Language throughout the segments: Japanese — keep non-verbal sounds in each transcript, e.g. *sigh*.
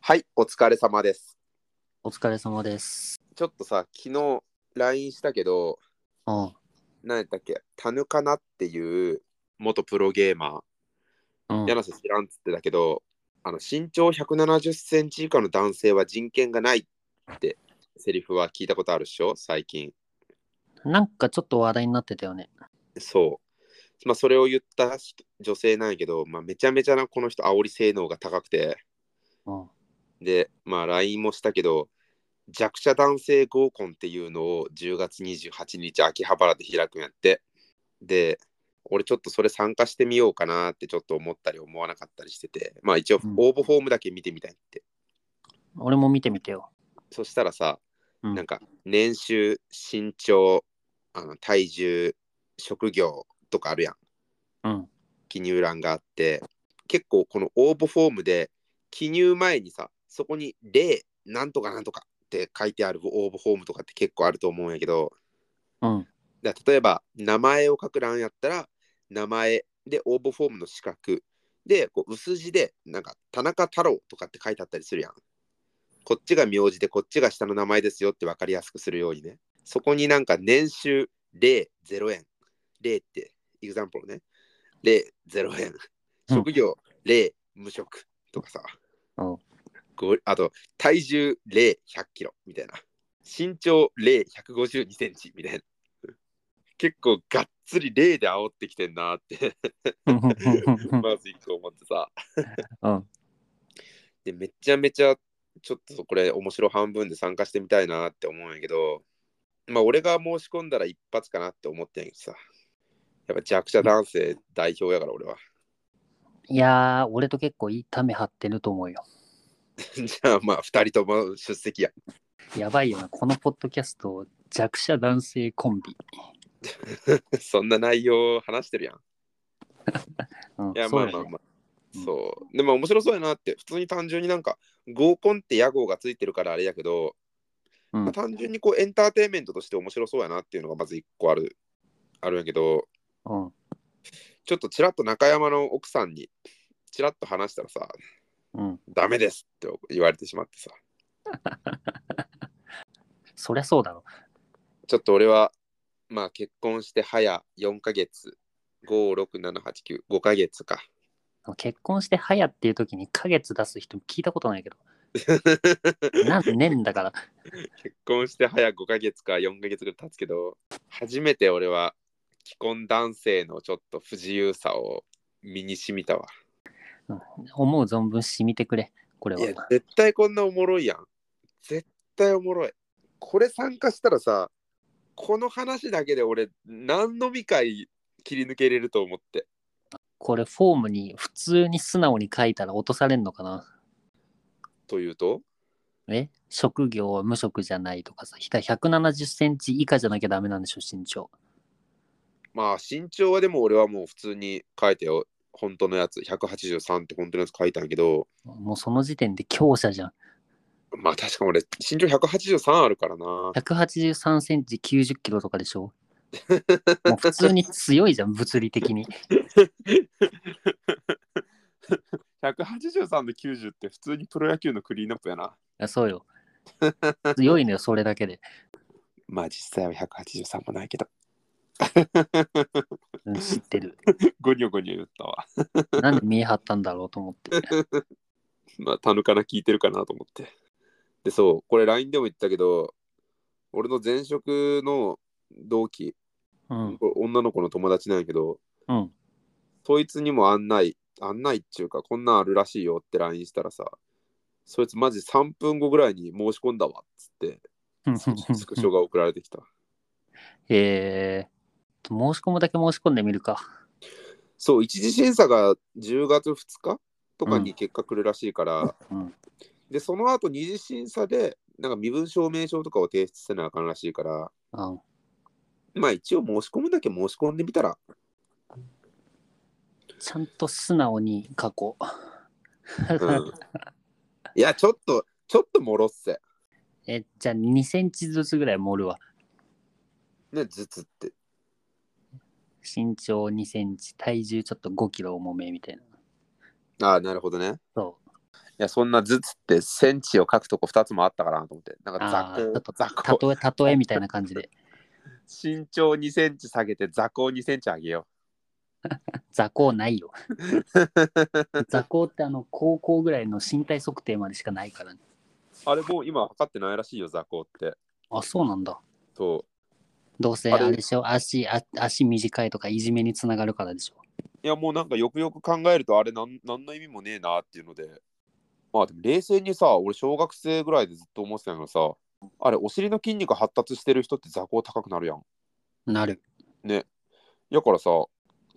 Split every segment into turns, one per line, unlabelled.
はい、お疲れ様です。
お疲れ様です。
ちょっとさ、昨日 LINE したけど、
あ
何やったっけ、タヌカナっていう元プロゲーマ
あ、う
ー、
ん。
柳瀬知らんっつってたけど、あの身長170センチ以下の男性は人権がないってセリフは聞いたことあるっしょ、最近。
なんかちょっと話題になってたよね。
そう。まあ、それを言った人女性なんやけど、まあ、めちゃめちゃなこの人、煽り性能が高くて、
うん。
で、まあ、LINE もしたけど、弱者男性合コンっていうのを10月28日、秋葉原で開くんやって。で、俺ちょっとそれ参加してみようかなってちょっと思ったり思わなかったりしてて、まあ一応
うん
応募フォームだけ見てみたいって。
俺も見てみてよ。
そしたらさ、
うん
なんか年収、身長、あの体重、職業とかあるやん。
うん。
記入欄があって結構この応募フォームで記入前にさそこに「例なんとかなんとか」って書いてある応募フォームとかって結構あると思うんやけど *laughs*
うん。
だから例えば名前を書く欄やったら名前で応募フォームの資格でこう薄字でなんか「田中太郎」とかって書いてあったりするやん。こっちが名字でこっちが下の名前ですよって分かりやすくするようにね。そこになんか年収0、0円。0って、エグザンプルね。0、0円。
うん
職業0、無職とかさ。
うん
こうあと、体重0、100キロみたいな。身長0、152センチみたいな。結構がっつり0で煽ってきてんなって、まず一個思ってさ。
うん。
でめちゃめちゃちょっとこれ面白半分で参加してみたいなって思うんやけどまあ俺が申し込んだら一発かなって思ってんやけどさやっぱ弱者男性代表やから俺は *laughs*
いやー、俺と結構痛め張ってると思うよ。
じゃあまあ2人とも出席や *laughs*
やばいよな。このポッドキャスト、弱者男性コンビ。
そんな内容話してるやん
うん。
いや
そ
まあ
うだ
まあ
よ
まあ
うん
そうでも面白そうやなって普通に単純になんか合コンって屋号がついてるからあれやけど、
うん
まあ単純にこうエンターテインメントとして面白そうやなっていうのがまず1個あるあるんやけど
うん。
ちょっとちらっと中山の奥さんにちらっと話したらさ、
うん。
ダメですって言われてしまってさ、
そりゃそうだろ。
ちょっと俺は、まあ結婚して早4ヶ月、5、6、7、8、9、5ヶ月か。 *laughs*
結婚して早っていう時にヶ月出す人聞いたことない
*laughs*
けど。なん年だから。
結婚して早5ヶ月か4ヶ月ぐらい経つけど、初めて俺は既婚男性のちょっと不自由さを身にしみたわ。
思う存分染みてくれ。これ
いや
は。、
絶対こんなおもろいやん。絶対おもろい。これ参加したらさ、この話だけで俺、何飲み会切り抜けれると思って。
これフォームに普通に素直に書いたら落とされんのかな
というと
え職業は無職じゃないとかさ、ひた170センチ以下じゃなきゃダメなんでしょ、身長。
まあ身長はでも俺はもう普通に書いてよ本当のやつ183って本当のやつ書いたんやけど
もうその時点で強者じゃん。
まあ確か俺身長183あるからな
183センチ90キロとかでしょもう普通に強いじゃん、物理的に。
183で90って普通にプロ野球のクリーンアップやな
あそうよ。強いのよ、それだけで。
まあ実際は183もないけど
うん、知ってる。
ゴニョゴニョ言ったわ
なんで見え張ったんだろうと思って。
まあ、たぬかな聞いてるかなと思って。で、そう、これ LINE でも言ったけど、俺の前職の同期、
うん。
これ女の子の友達なんやけど、
うん。
そいつにも案内、案内っていうか、こんなんあるらしいよって LINE したらさ、そいつマジ3分後ぐらいに申し込んだわっつって、スクショが送られてきた。
*laughs* えー、申し込むだけ申し込んでみるか。
そう、一次審査が10月2日とかに結果来るらしいから、
うん。
で、その後二次審査で、なんか身分証明書とかを提出せなあかんらしいから、
うん、
まあ一応申し込むだけ申し込んでみた
*laughs*
ら、
ちゃんと素直に書こう。
うん、いやちょっとちょっともろっせ
え、じゃあ2センチずつぐらい盛るわ。
ねずつって
身長2センチ、体重ちょっと5キロ重めみたいな。
ああなるほどね
そう。
や、そんな頭痛ってセンチを書くとこ2つもあったかなと思って、なんか
あ
座
あ、ちょっ
高
と、
座高、
例え、例えみたいな感じで。
身長2センチ下げて座高2センチ上げよ
座高な
*laughs*
いよ。座高ってあの、高校ぐらいの身体測定までしかないからね。
う。あれもう今測ってないらしいよ、座高って。
あ、そうなんだ。
そう。
どうせ
あ
あ
れ
れでしょ、足、あ足短いとかいじめにつながるからでしょ。
いやもうなんかよくよく考えるとあれなん何の意味もねえなっていうのでまあでも冷静にさ俺小学生ぐらいでずっと思ってたんやけどさあれお尻の筋肉発達してる人って座高高くなるやん
なる。
やからさ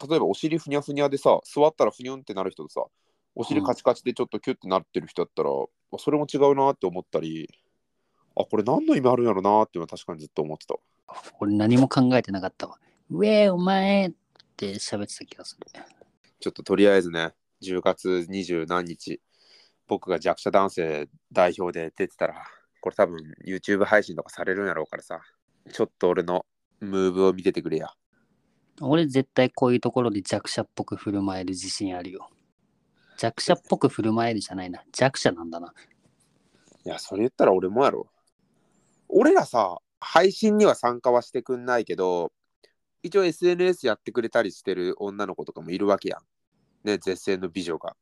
例えばお尻ふにゃふにゃでさ座ったらふにゅんってなる人とさお尻カチカチでちょっとキュッてなってる人だったら、あそれも違うなって思ったりあこれ何の意味あるんやろなっていうのは確かにずっと思ってた
俺何も考えてなかったわ。うえお前って喋ってた気がする。
ちょっととりあえずね10月二十何日僕が弱者男性代表で出てたらこれ多分 YouTube 配信とかされるんやろうからさちょっと俺のムーブを見ててくれや
俺絶対こういうところで弱者っぽく振る舞える自信あるよ。弱者っぽく振る舞えるじゃないな。弱者なんだな。
いやそれ言ったら俺もやろ俺らさ配信には参加はしてくんないけど一応 SNS やってくれたりしてる女の子とかもいるわけやんね絶世の美女が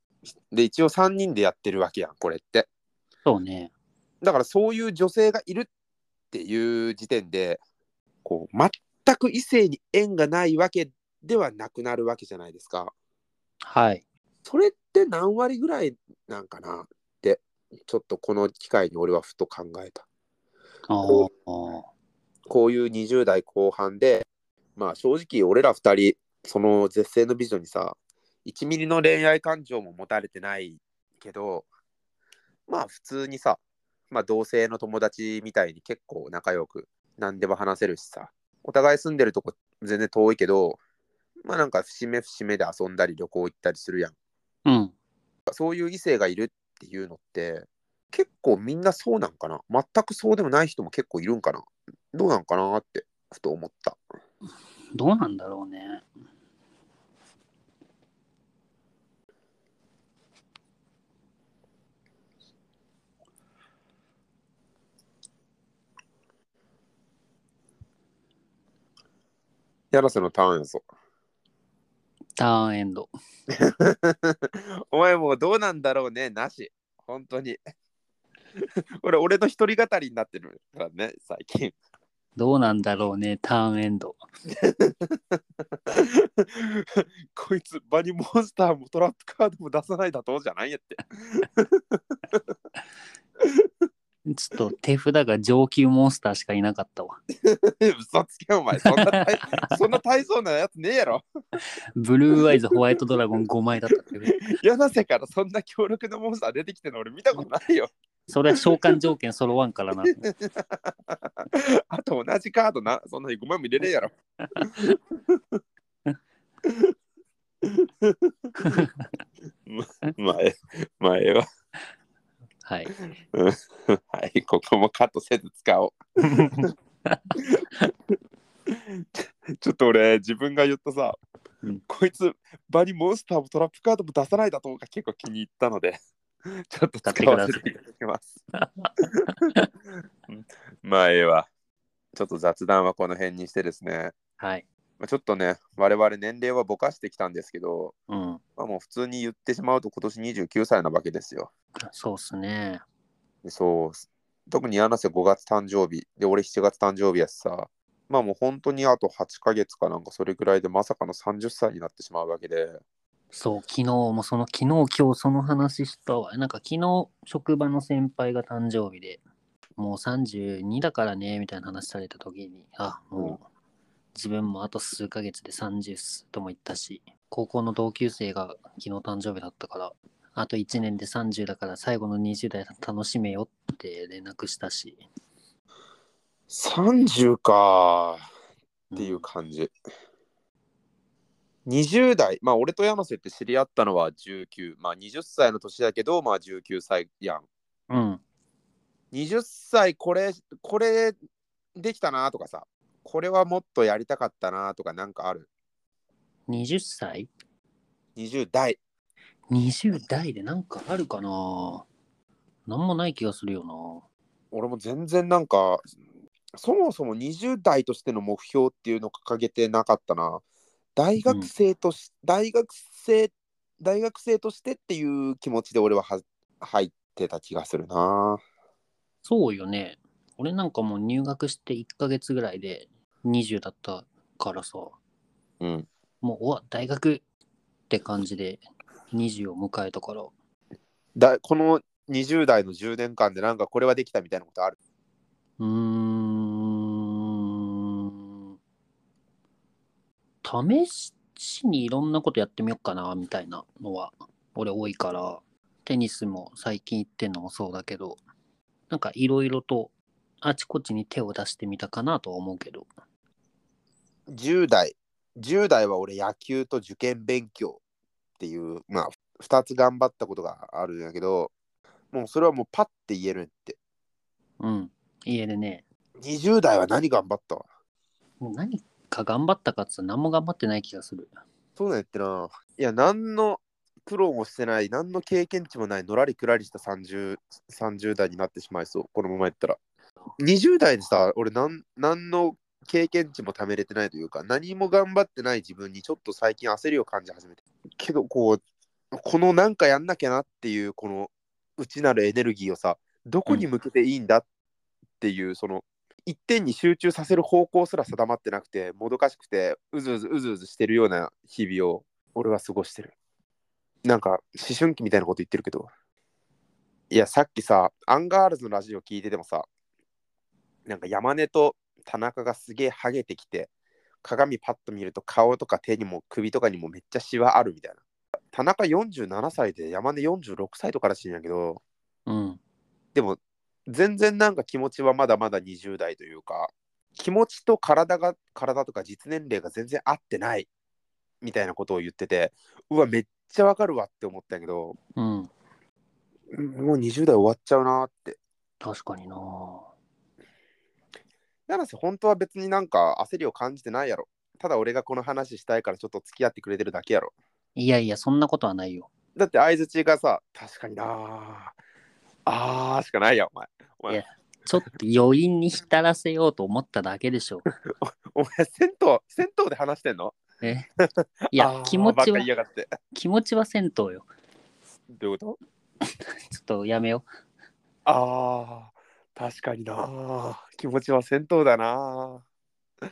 で一応3人でやってるわけやんこれって
そうね。
だからそういう女性がいるっていう時点でこう全く異性に縁がないわけではなくなるわけじゃないですか。
はい。
それって何割ぐらいなんかなってちょっとこの機会に俺はふと考えた。
あ
こ
あ。
こういう20代後半でまあ正直俺ら2人その絶世の美女にさ1ミリの恋愛感情も持たれてないけどまあ普通にさ、まあ、同性の友達みたいに結構仲良く何でも話せるしさお互い住んでるとこ全然遠いけどまあなんか節目節目で遊んだり旅行行ったりするやん
うん。
そういう異性がいるっていうのって結構みんなそうなんかな全くそうでもない人も結構いるんかなどうなんかなってふと思った
どうなんだろうね。
柳瀬のターンやぞ *laughs*
ターンエンド。
お前もうどうなんだろうねなし本当に *laughs* 俺俺の一人語りになってるからね最近 *laughs*
どうなんだろうね。ターンエンド。
こいつバニモンスターもトラップカードも出さないだとじゃないんやって *laughs*
ちょっと手札が上級モンスターしかいなかったわ。
嘘つけお前そんな大 *laughs* そんな大層なやつねえやろ
ブルーアイズホワイトドラゴン5枚だったけど。
柳瀬からそんな強力なモンスター出てきてるの俺見たことないよ *laughs*
それは召喚条件揃わんからな。
あと同じカードな、そんなに5枚も入れねえやろ。 *laughs* 前、前は。
はい。
はい、ここもカットせず使おう。ちょっと俺、自分が言ったさ、
うん
こいつ、場にモンスターもトラップカードも出さないだとうが結構気に入ったので、 *laughs* ちょっと使わせていただきます。まあ、ええわ。ちょっと雑談はこの辺にしてですね、
はい。
まあ、ちょっとね、我々年齢はぼかしてきたんですけど、
うん。
まあ、もう普通に言ってしまうと今年29歳なわけですよ。
そうっすね。
そうっす。特に柳瀬5月誕生日で、俺7月誕生日やしさ。まあもう本当にあと8ヶ月かなんかそれぐらいでまさかの30歳になってしまうわけで。
そう、昨日もその、昨日今日その話したわ。なんか昨日、職場の先輩が誕生日で、もう32だからね、みたいな話された時に、あ、もう、自分もあと数ヶ月で30っすとも言ったし、高校の同級生が昨日誕生日だったから、あと1年で30だから最後の20代楽しめよって連絡したし。
30か
っ
っていう感じ。20代、まあ俺と山瀬って知り合ったのは19、まあ20歳の年だけど、まあ19歳やん。
うん。
20歳これ、これできたなとかさ、これはもっとやりたかったなとかなんかある。
20歳
20代。
20代でなんかあるかななんもない気がするよな。
俺も全然なんかそもそも20代としての目標っていうのを掲げてなかったな大学生とし、大学生大学生としてっていう気持ちで俺はは入ってた気がするな
そうよね。俺なんかもう入学して1ヶ月ぐらいで20だったからさ、も
うん
うおわ、大学って感じで20を迎えたから、
だこの20代の10年間でなんかこれはできたみたいなことある
うーん試しにいろんなことやってみようかなみたいなのは俺多いからテニスも最近行ってんのもそうだけどなんかいろいろとあちこちに手を出してみたかなとは思うけど
10代10代は俺野球と受験勉強っていうまあ2つ頑張ったことがあるんやけどもうそれはもうパッて言えるって
うん家でね
20代は何頑張ったわ
もう何か頑張ったかっつうと何も頑張ってない気がする
そうなんやってないや何の苦労もしてない何の経験値もないのらりくらりした 30, 30代になってしまいそうこのままやったら20代でさ俺なん何の経験値も貯めれてないというか何も頑張ってない自分にちょっと最近焦りを感じ始めてけどこうこのなんかやんなきゃなっていうこの内なるエネルギーをさどこに向けていいんだっていう、その一点に集中させる方向すら定まってなくてもどかしくてうずうずうずうずしてるような日々を俺は過ごしてるなんか思春期みたいなこと言ってるけどいやさっきさアンガールズのラジオ聞いててもさなんか山根と田中がすげえハゲてきて鏡パッと見ると顔とか手にも首とかにもめっちゃシワあるみたいな田中47歳で山根46歳とからしいんやけど
うん
でも全然なんか気持ちはまだまだ20代というか気持ちと体が体とか実年齢が全然合ってないみたいなことを言っててうわめっちゃわかるわって思ったんやけど
うん
うんもう20代終わっちゃうなって
確かにな
七瀬本当は別になんか焦りを感じてないやろただ俺がこの話したいからちょっと付き合ってくれてるだけやろ
いやいやそんなことはないよ
だって相づちがさ確かになああーしかないやんお前お
いや
前
ちょっと余韻に浸らせようと思っただけでしょ
お前銭湯銭湯で話してんの *laughs*
ね。い
い
や、気持
ばっ
ち
か
は
言い、やがって
気持ちは銭湯よ。
どういうこと
ちょっとやめよ
ああ、確かにな。気持ちは先頭だな。 *laughs* お前、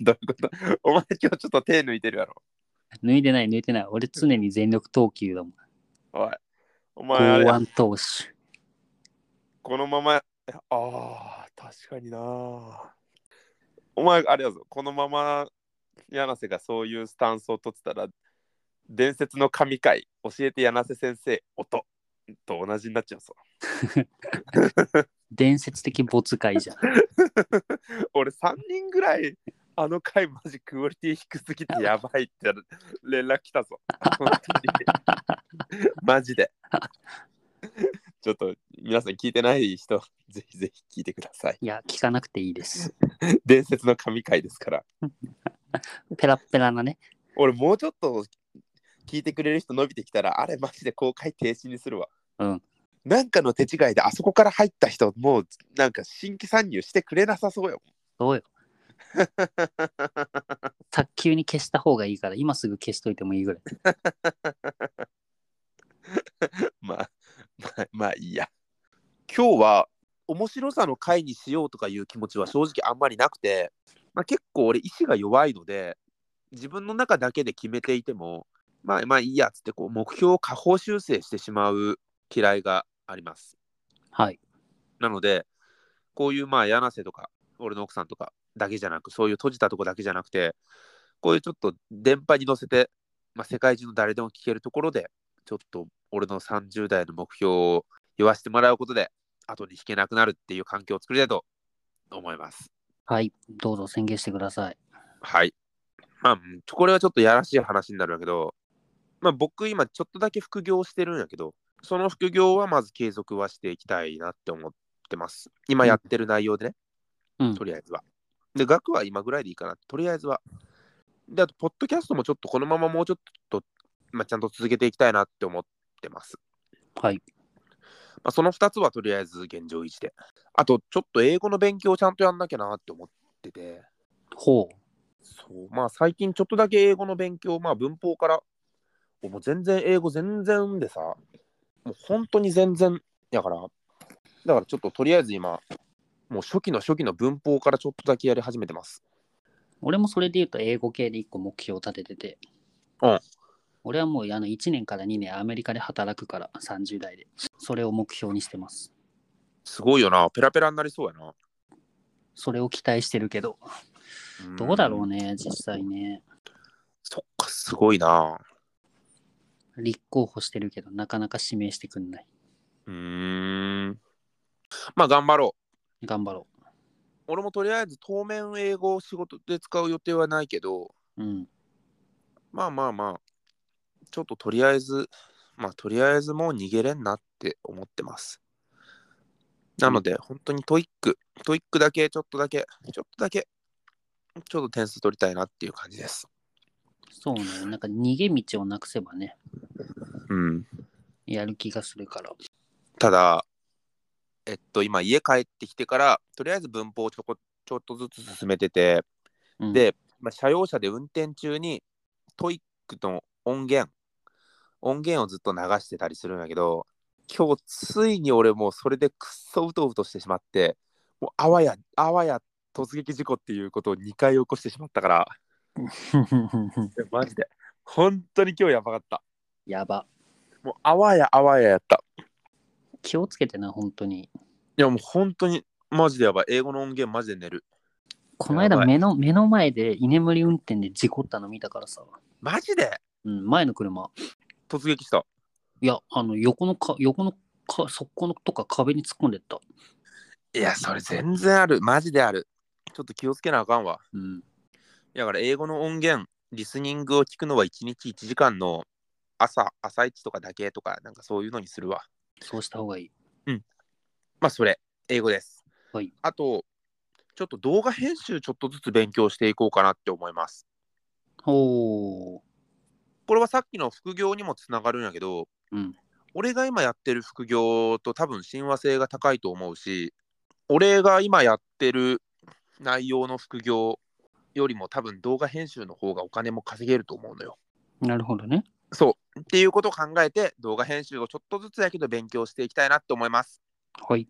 どういうことお前、今日ちょっと手抜いてるやろ。
う。抜いてない、抜いてない。俺常に全力投球だもん。
おい。お前、あれ
剛
だ
腕投手。
このまま、ああー、確かにな。お前、あれやぞ、このまま、柳瀬がそういうスタンスを取ってたら、伝説の神回、教えて柳瀬先生、音と同じになっちゃうぞ。
伝説的没会じゃん。
俺3人ぐらいあの回マジクオリティ低すぎてやばいって連絡来たぞ。本当にマジで。ちょっと皆さん聞いてない人、ぜひぜひ聞いてください。
いや、聞かなくていいです。
伝説の神回ですから。
ペラッペラなね。
俺もうちょっと聞いてくれる人伸びてきたら、あれマジで公開停止にするわ。
うん。
なんかの手違いであそこから入った人、もうなんか新規参入してくれなさそうよ。
そうよ。卓球に消した方がいいから、今すぐ消しといてもいいぐらい。
*laughs* まあ、まあ、まあいいや。今日は面白さの回にしようとかいう気持ちは正直あんまりなくて、まあ、結構俺意志が弱いので自分の中だけで決めていてもまあまあいいやっつってこう目標を下方修正してしまう嫌いがあります。
はい。
なのでこういうまあ柳瀬とか俺の奥さんとかだけじゃなくそういう閉じたとこだけじゃなくてこういうちょっと電波に乗せて、まあ、世界中の誰でも聞けるところでちょっと俺の30代の目標を言わせてもらうことで後に引けなくなるっていう環境を作りたいと思います。
はい。どうぞ宣言してください。
はい。まあ、うんこれはちょっとやらしい話になるんだけど、まあ僕今ちょっとだけ副業してるんやけど、その副業はまず継続はしていきたいなって思ってます。今やってる内容でね、
うん
と。りあえずは。で、額は今ぐらいでいいかな、とりあえずは。で、あと、ポッドキャストもちょっとこのままもうちょっとまあ、ちゃんと続けていきたいなって思ってます。
はい。
まあ、その2つはとりあえず現状維持で。あと、ちょっと英語の勉強をちゃんとやんなきゃなって思ってて、
ほう。
そうまあ、最近ちょっとだけ英語の勉強、まあ、文法から、もう全然英語全然でさ、もう本当に全然、だから、だからちょっととりあえず今、もう初期の初期の文法からちょっとだけやり始めてます。
俺もそれで言うと英語系で1個目標を立ててて。
うん
俺はもうあの1年から2年アメリカで働くから30代で。それを目標にしてます。
すごいよな、ペラペラになりそうやな。
それを期待してるけど、どうだろうね、実際ね。
そっか、すごいな。
立候補してるけど、なかなか指名してくんない。
うーん。まあ、頑張ろう。
頑張ろ
俺もとりあえず当面英語を仕事で使う予定はないけど、
う。うん。
まあまあまあ、ちょっととりあえず、まあとりあえずもう逃げれんなって思ってます。なので、本当にトイック、トイックだけちょっとだけ、ちょっとだけ、ちょっと点数取りたいなっていう感じです。
そうね。なんか逃げ道をなくせばね、
うん。
やる気がするから。
ただ、えっと、今家帰ってきてから、とりあえず文法をちょこちょっとずつ進めてて、
うん、
で、まあ、車用車で運転中にトイックの音源音源をずっと流してたりするんだけど今日ついに俺もうそれでくっそうとうとしてしまってもうあわやあわや突撃事故っていうことを2回起こしてしまったからいやマジで本当に今日やばかった
*laughs* やば。
もうあわやあわややった
気をつけてな、本当に。
いやもう本当にマジでやばい英語の音源マジで寝る
この間
やばい
目の、目の前で居眠り運転で事故ったの見たからさ。
マジで
うん、前の車。
突撃した
いや、あの、横のか、横のか、側溝のとか壁に突っ込んでった。
いやそれ全然あるマジであるちょっと気をつけなあかんわ
うん。
だから英語の音源、リスニングを聞くのは1日1時間の朝、朝一とかだけとか、なんかそういうのにするわ。
そうした方がいい。
まあそれ、英語です。
はい
あと、ちょっと動画編集ちょっとずつ勉強していこうかなって思います。
おー。
これはさっきの副業にもつながるんやけど、
うん
俺が今やってる副業と多分親和性が高いと思うし、俺が今やってる内容の副業よりも多分動画編集の方がお金も稼げると思うのよ。
なるほどね。
そう。っていうことを考えて、動画編集をちょっとずつやけど勉強していきたいなって思います。
はい。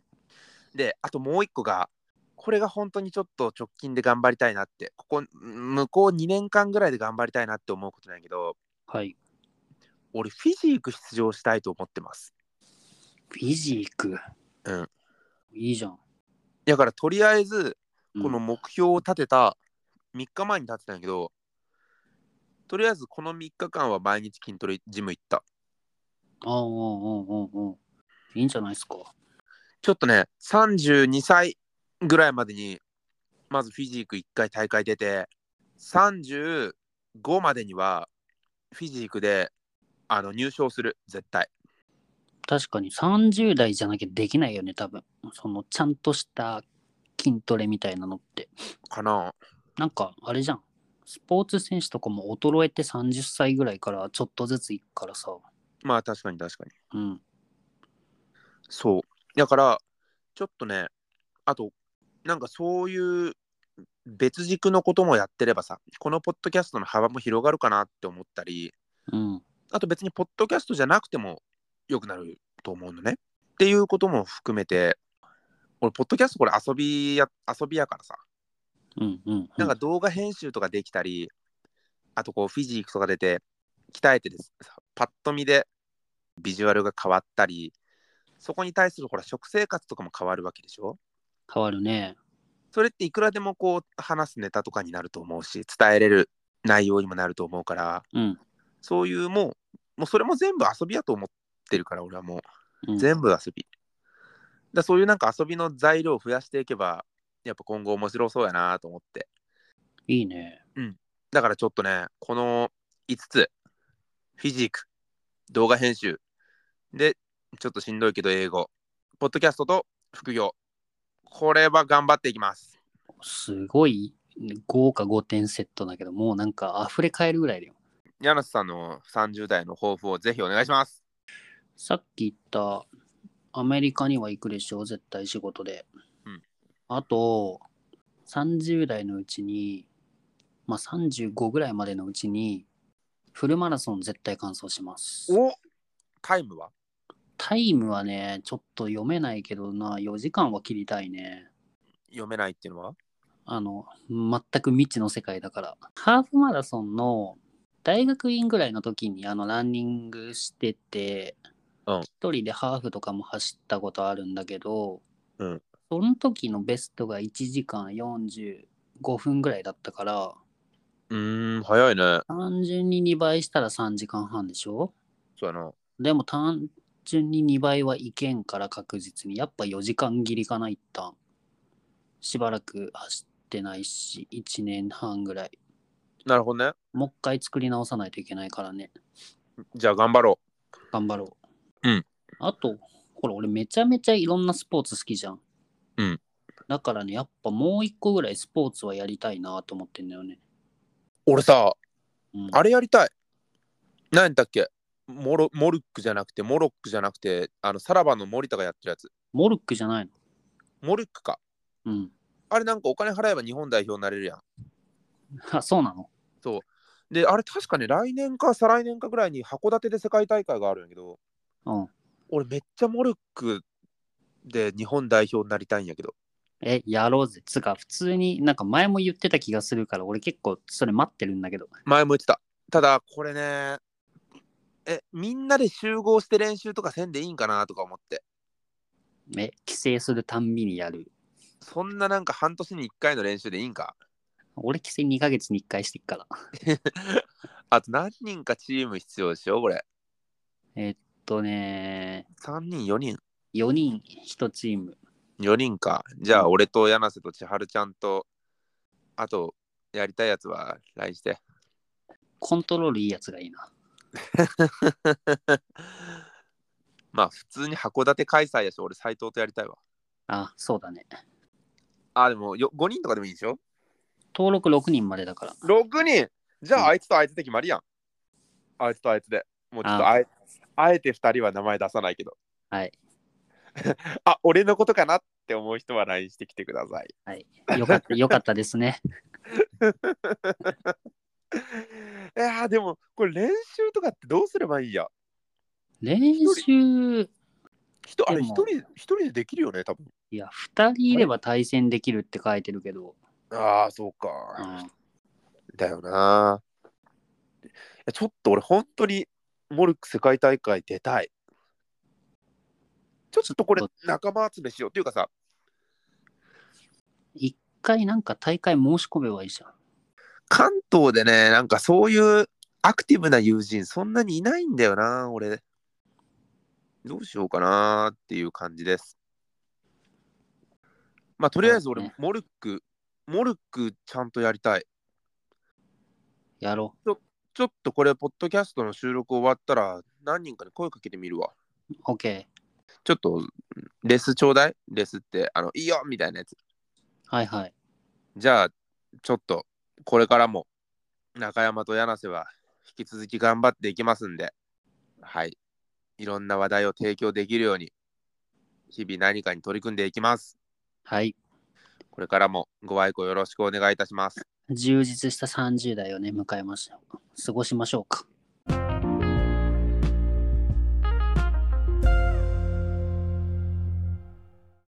で、あともう一個が、これが本当にちょっと直近で頑張りたいなって、ここ、ん向こう2年間ぐらいで頑張りたいなって思うことなんやけど、
はい。
俺、フィジーク出場したいと思ってます。
フィジーク。
うん。
いいじゃん。
だから、とりあえず、
うん
この目標を立てた、3日前に立てたんやけど、とりあえずこの3日間は毎日筋トレジム行った。
ああ、うんうんうんうん。いいんじゃないですか。
ちょっとね、32歳ぐらいまでに、まずフィジーク1回大会出て、35までにはフィジークであの入賞する、絶対。
確かに30代じゃなきゃできないよね、多分。その、ちゃんとした筋トレみたいなのって。
かな
なんか、あれじゃん。スポーツ選手とかも衰えて30歳ぐらいからちょっとずついくからさ。
まあ確かに確かに。
うん。
そう。だから、ちょっとね、あと、なんかそういう別軸のこともやってればさ、このポッドキャストの幅も広がるかなって思ったり、
うん。
あと別にポッドキャストじゃなくても良くなると思うのね。っていうことも含めて、俺、ポッドキャストこれ遊びや、遊びやからさ、
うんうん、う
なん
ん
か。動画編集とかできたり、あとこうフィジークとか出て、鍛えてですさ、パッと見でビジュアルが変わったり、そこに対するほら、食生活とかも変わるわけでしょ
変わるね。
それっていくらでもこう、話すネタとかになると思うし、伝えれる内容にもなると思うから、
うん。
そういうもう、もうそれも全部遊びやと思ってるから、俺はもう。
うん、
全部遊び。だそういうなんか遊びの材料を増やしていけば、やっぱ今後面白そうやなと思って。
いいね。
だからちょっとね、この5つ、フィジーク、動画編集、で、ちょっとしんどいけど英語、ポッドキャストと副業。これは頑張っていきます。
すごい豪華5点セットだけど、もうなんか溢れ返るぐらいだよ。
柳瀬さんの30代の抱負をぜひお願いします。
さっき言ったアメリカには行くでしょ絶対仕事で、
うん
あと30代のうちにまあ35ぐらいまでのうちにフルマラソン絶対完走します
おタイムは
タイムはねちょっと読めないけどな4時間は切りたいね
読めないっていうのは
あの全く未知の世界だからハーフマラソンの大学院ぐらいの時にあのランニングしてて
うん
一、人でハーフとかも走ったことあるんだけど、
うん
その時のベストが1時間45分ぐらいだったから
うーん、早いね。
単純に2倍したら3時間半でしょ
そうやな。
でも単純に2倍はいけんから確実にやっぱ4時間切りかな一旦しばらく走ってないし1年半ぐらい
なるほどね。
もう一回作り直さないといけないからね。
じゃあ頑張ろ
頑張ろう。
うん。
あと、ほら、俺めちゃめちゃいろんなスポーツ好きじゃん。
うん。
だからね、やっぱもう一個ぐらいスポーツはやりたいなと思ってんだよね。
う。俺さ、
うん、
あれやりたい。何だっけモロモルックじゃなくて、モロックじゃなくて、あの、さらばの森田がやってるやつ。
モルックじゃない
モルックか。
のうん。 *laughs*
あれなんかお金払えば日本代表になれるやん。
あ、そうなの
で、あれ確かね、来年か再来年かぐらいに函館で世界大会があるんやけど、
うん。
俺めっちゃモルックで日本代表になりたいんやけど。
え、やろうぜ。つうか、普通になんか前も言ってた気がするから、俺結構それ待ってるんだけど。
前も言ってた。ただ、これね、え、みんなで集合して練習とかせんでいいんかなとか思って。
え、帰省するたんびにやる。
そんななんか半年に1回の練習でいいんか。 *laughs*
俺帰省2ヶ月に1回してっから。
あと何人かチーム必要でしょ、これ。
えっとね、
3人、4人。
4人1チーム。
4人か。じゃあ、俺と柳瀬と千春ちゃんと、あと、やりたいやつは LINE して。
コントロールいいやつがいいな。
まあ、普通に函館開催やし、俺、斎藤とやりたいわ。
あ、そうだね。
あ、でもよ、5人とかでもいいでしょ
登録6人までだから。
6人じゃ
うん
ああいつとあいつで決まりやん。あいつとあいつで。もうちょっと
あ
あえあえて2人は名前出さないけど。
はい。
*laughs* あ、俺のことかなって思う人は LINE してきてください。 *laughs*
よかった、よかったですね。
いやーでもこれ練習とかってどうすればいいや。
練習、
人あれ
で
一
も
人一人でできるよね多分。
いや、2人いれば対戦できるって書いてるけど、
ああそうか。
うん、
だよな。いやちょっと俺本当にモルック世界大会出たい。ちょっとこれ
ちょっ
仲間集めしようっていうかさ
1回なんか大会申し込めばいいじゃん。
関東でね、なんかそういうアクティブな友人、そんなにいないんだよな、俺。どうしようかなっていう感じです。まあ、とりあえず
そうで
俺、モルック、モルックちゃんとやりたい。
やろ
ちょっとこれ、ポッドキャストの収録終わったら、何人かに声かけてみるわ。
う。OK。
ちょっと、レスちょうだいレスって、あの、いいよみたいなやつ。
はいはい。
じゃあ、ちょっと、これからも、中山と柳瀬は、引き続き頑張っていきますんで、はい。いろんな話題を提供できるように、日々何かに取り組んでいきます。
はい。
これからもご愛顧よろしくお願いいたします。
充実した30代をね、迎えました。過ごしましょうか。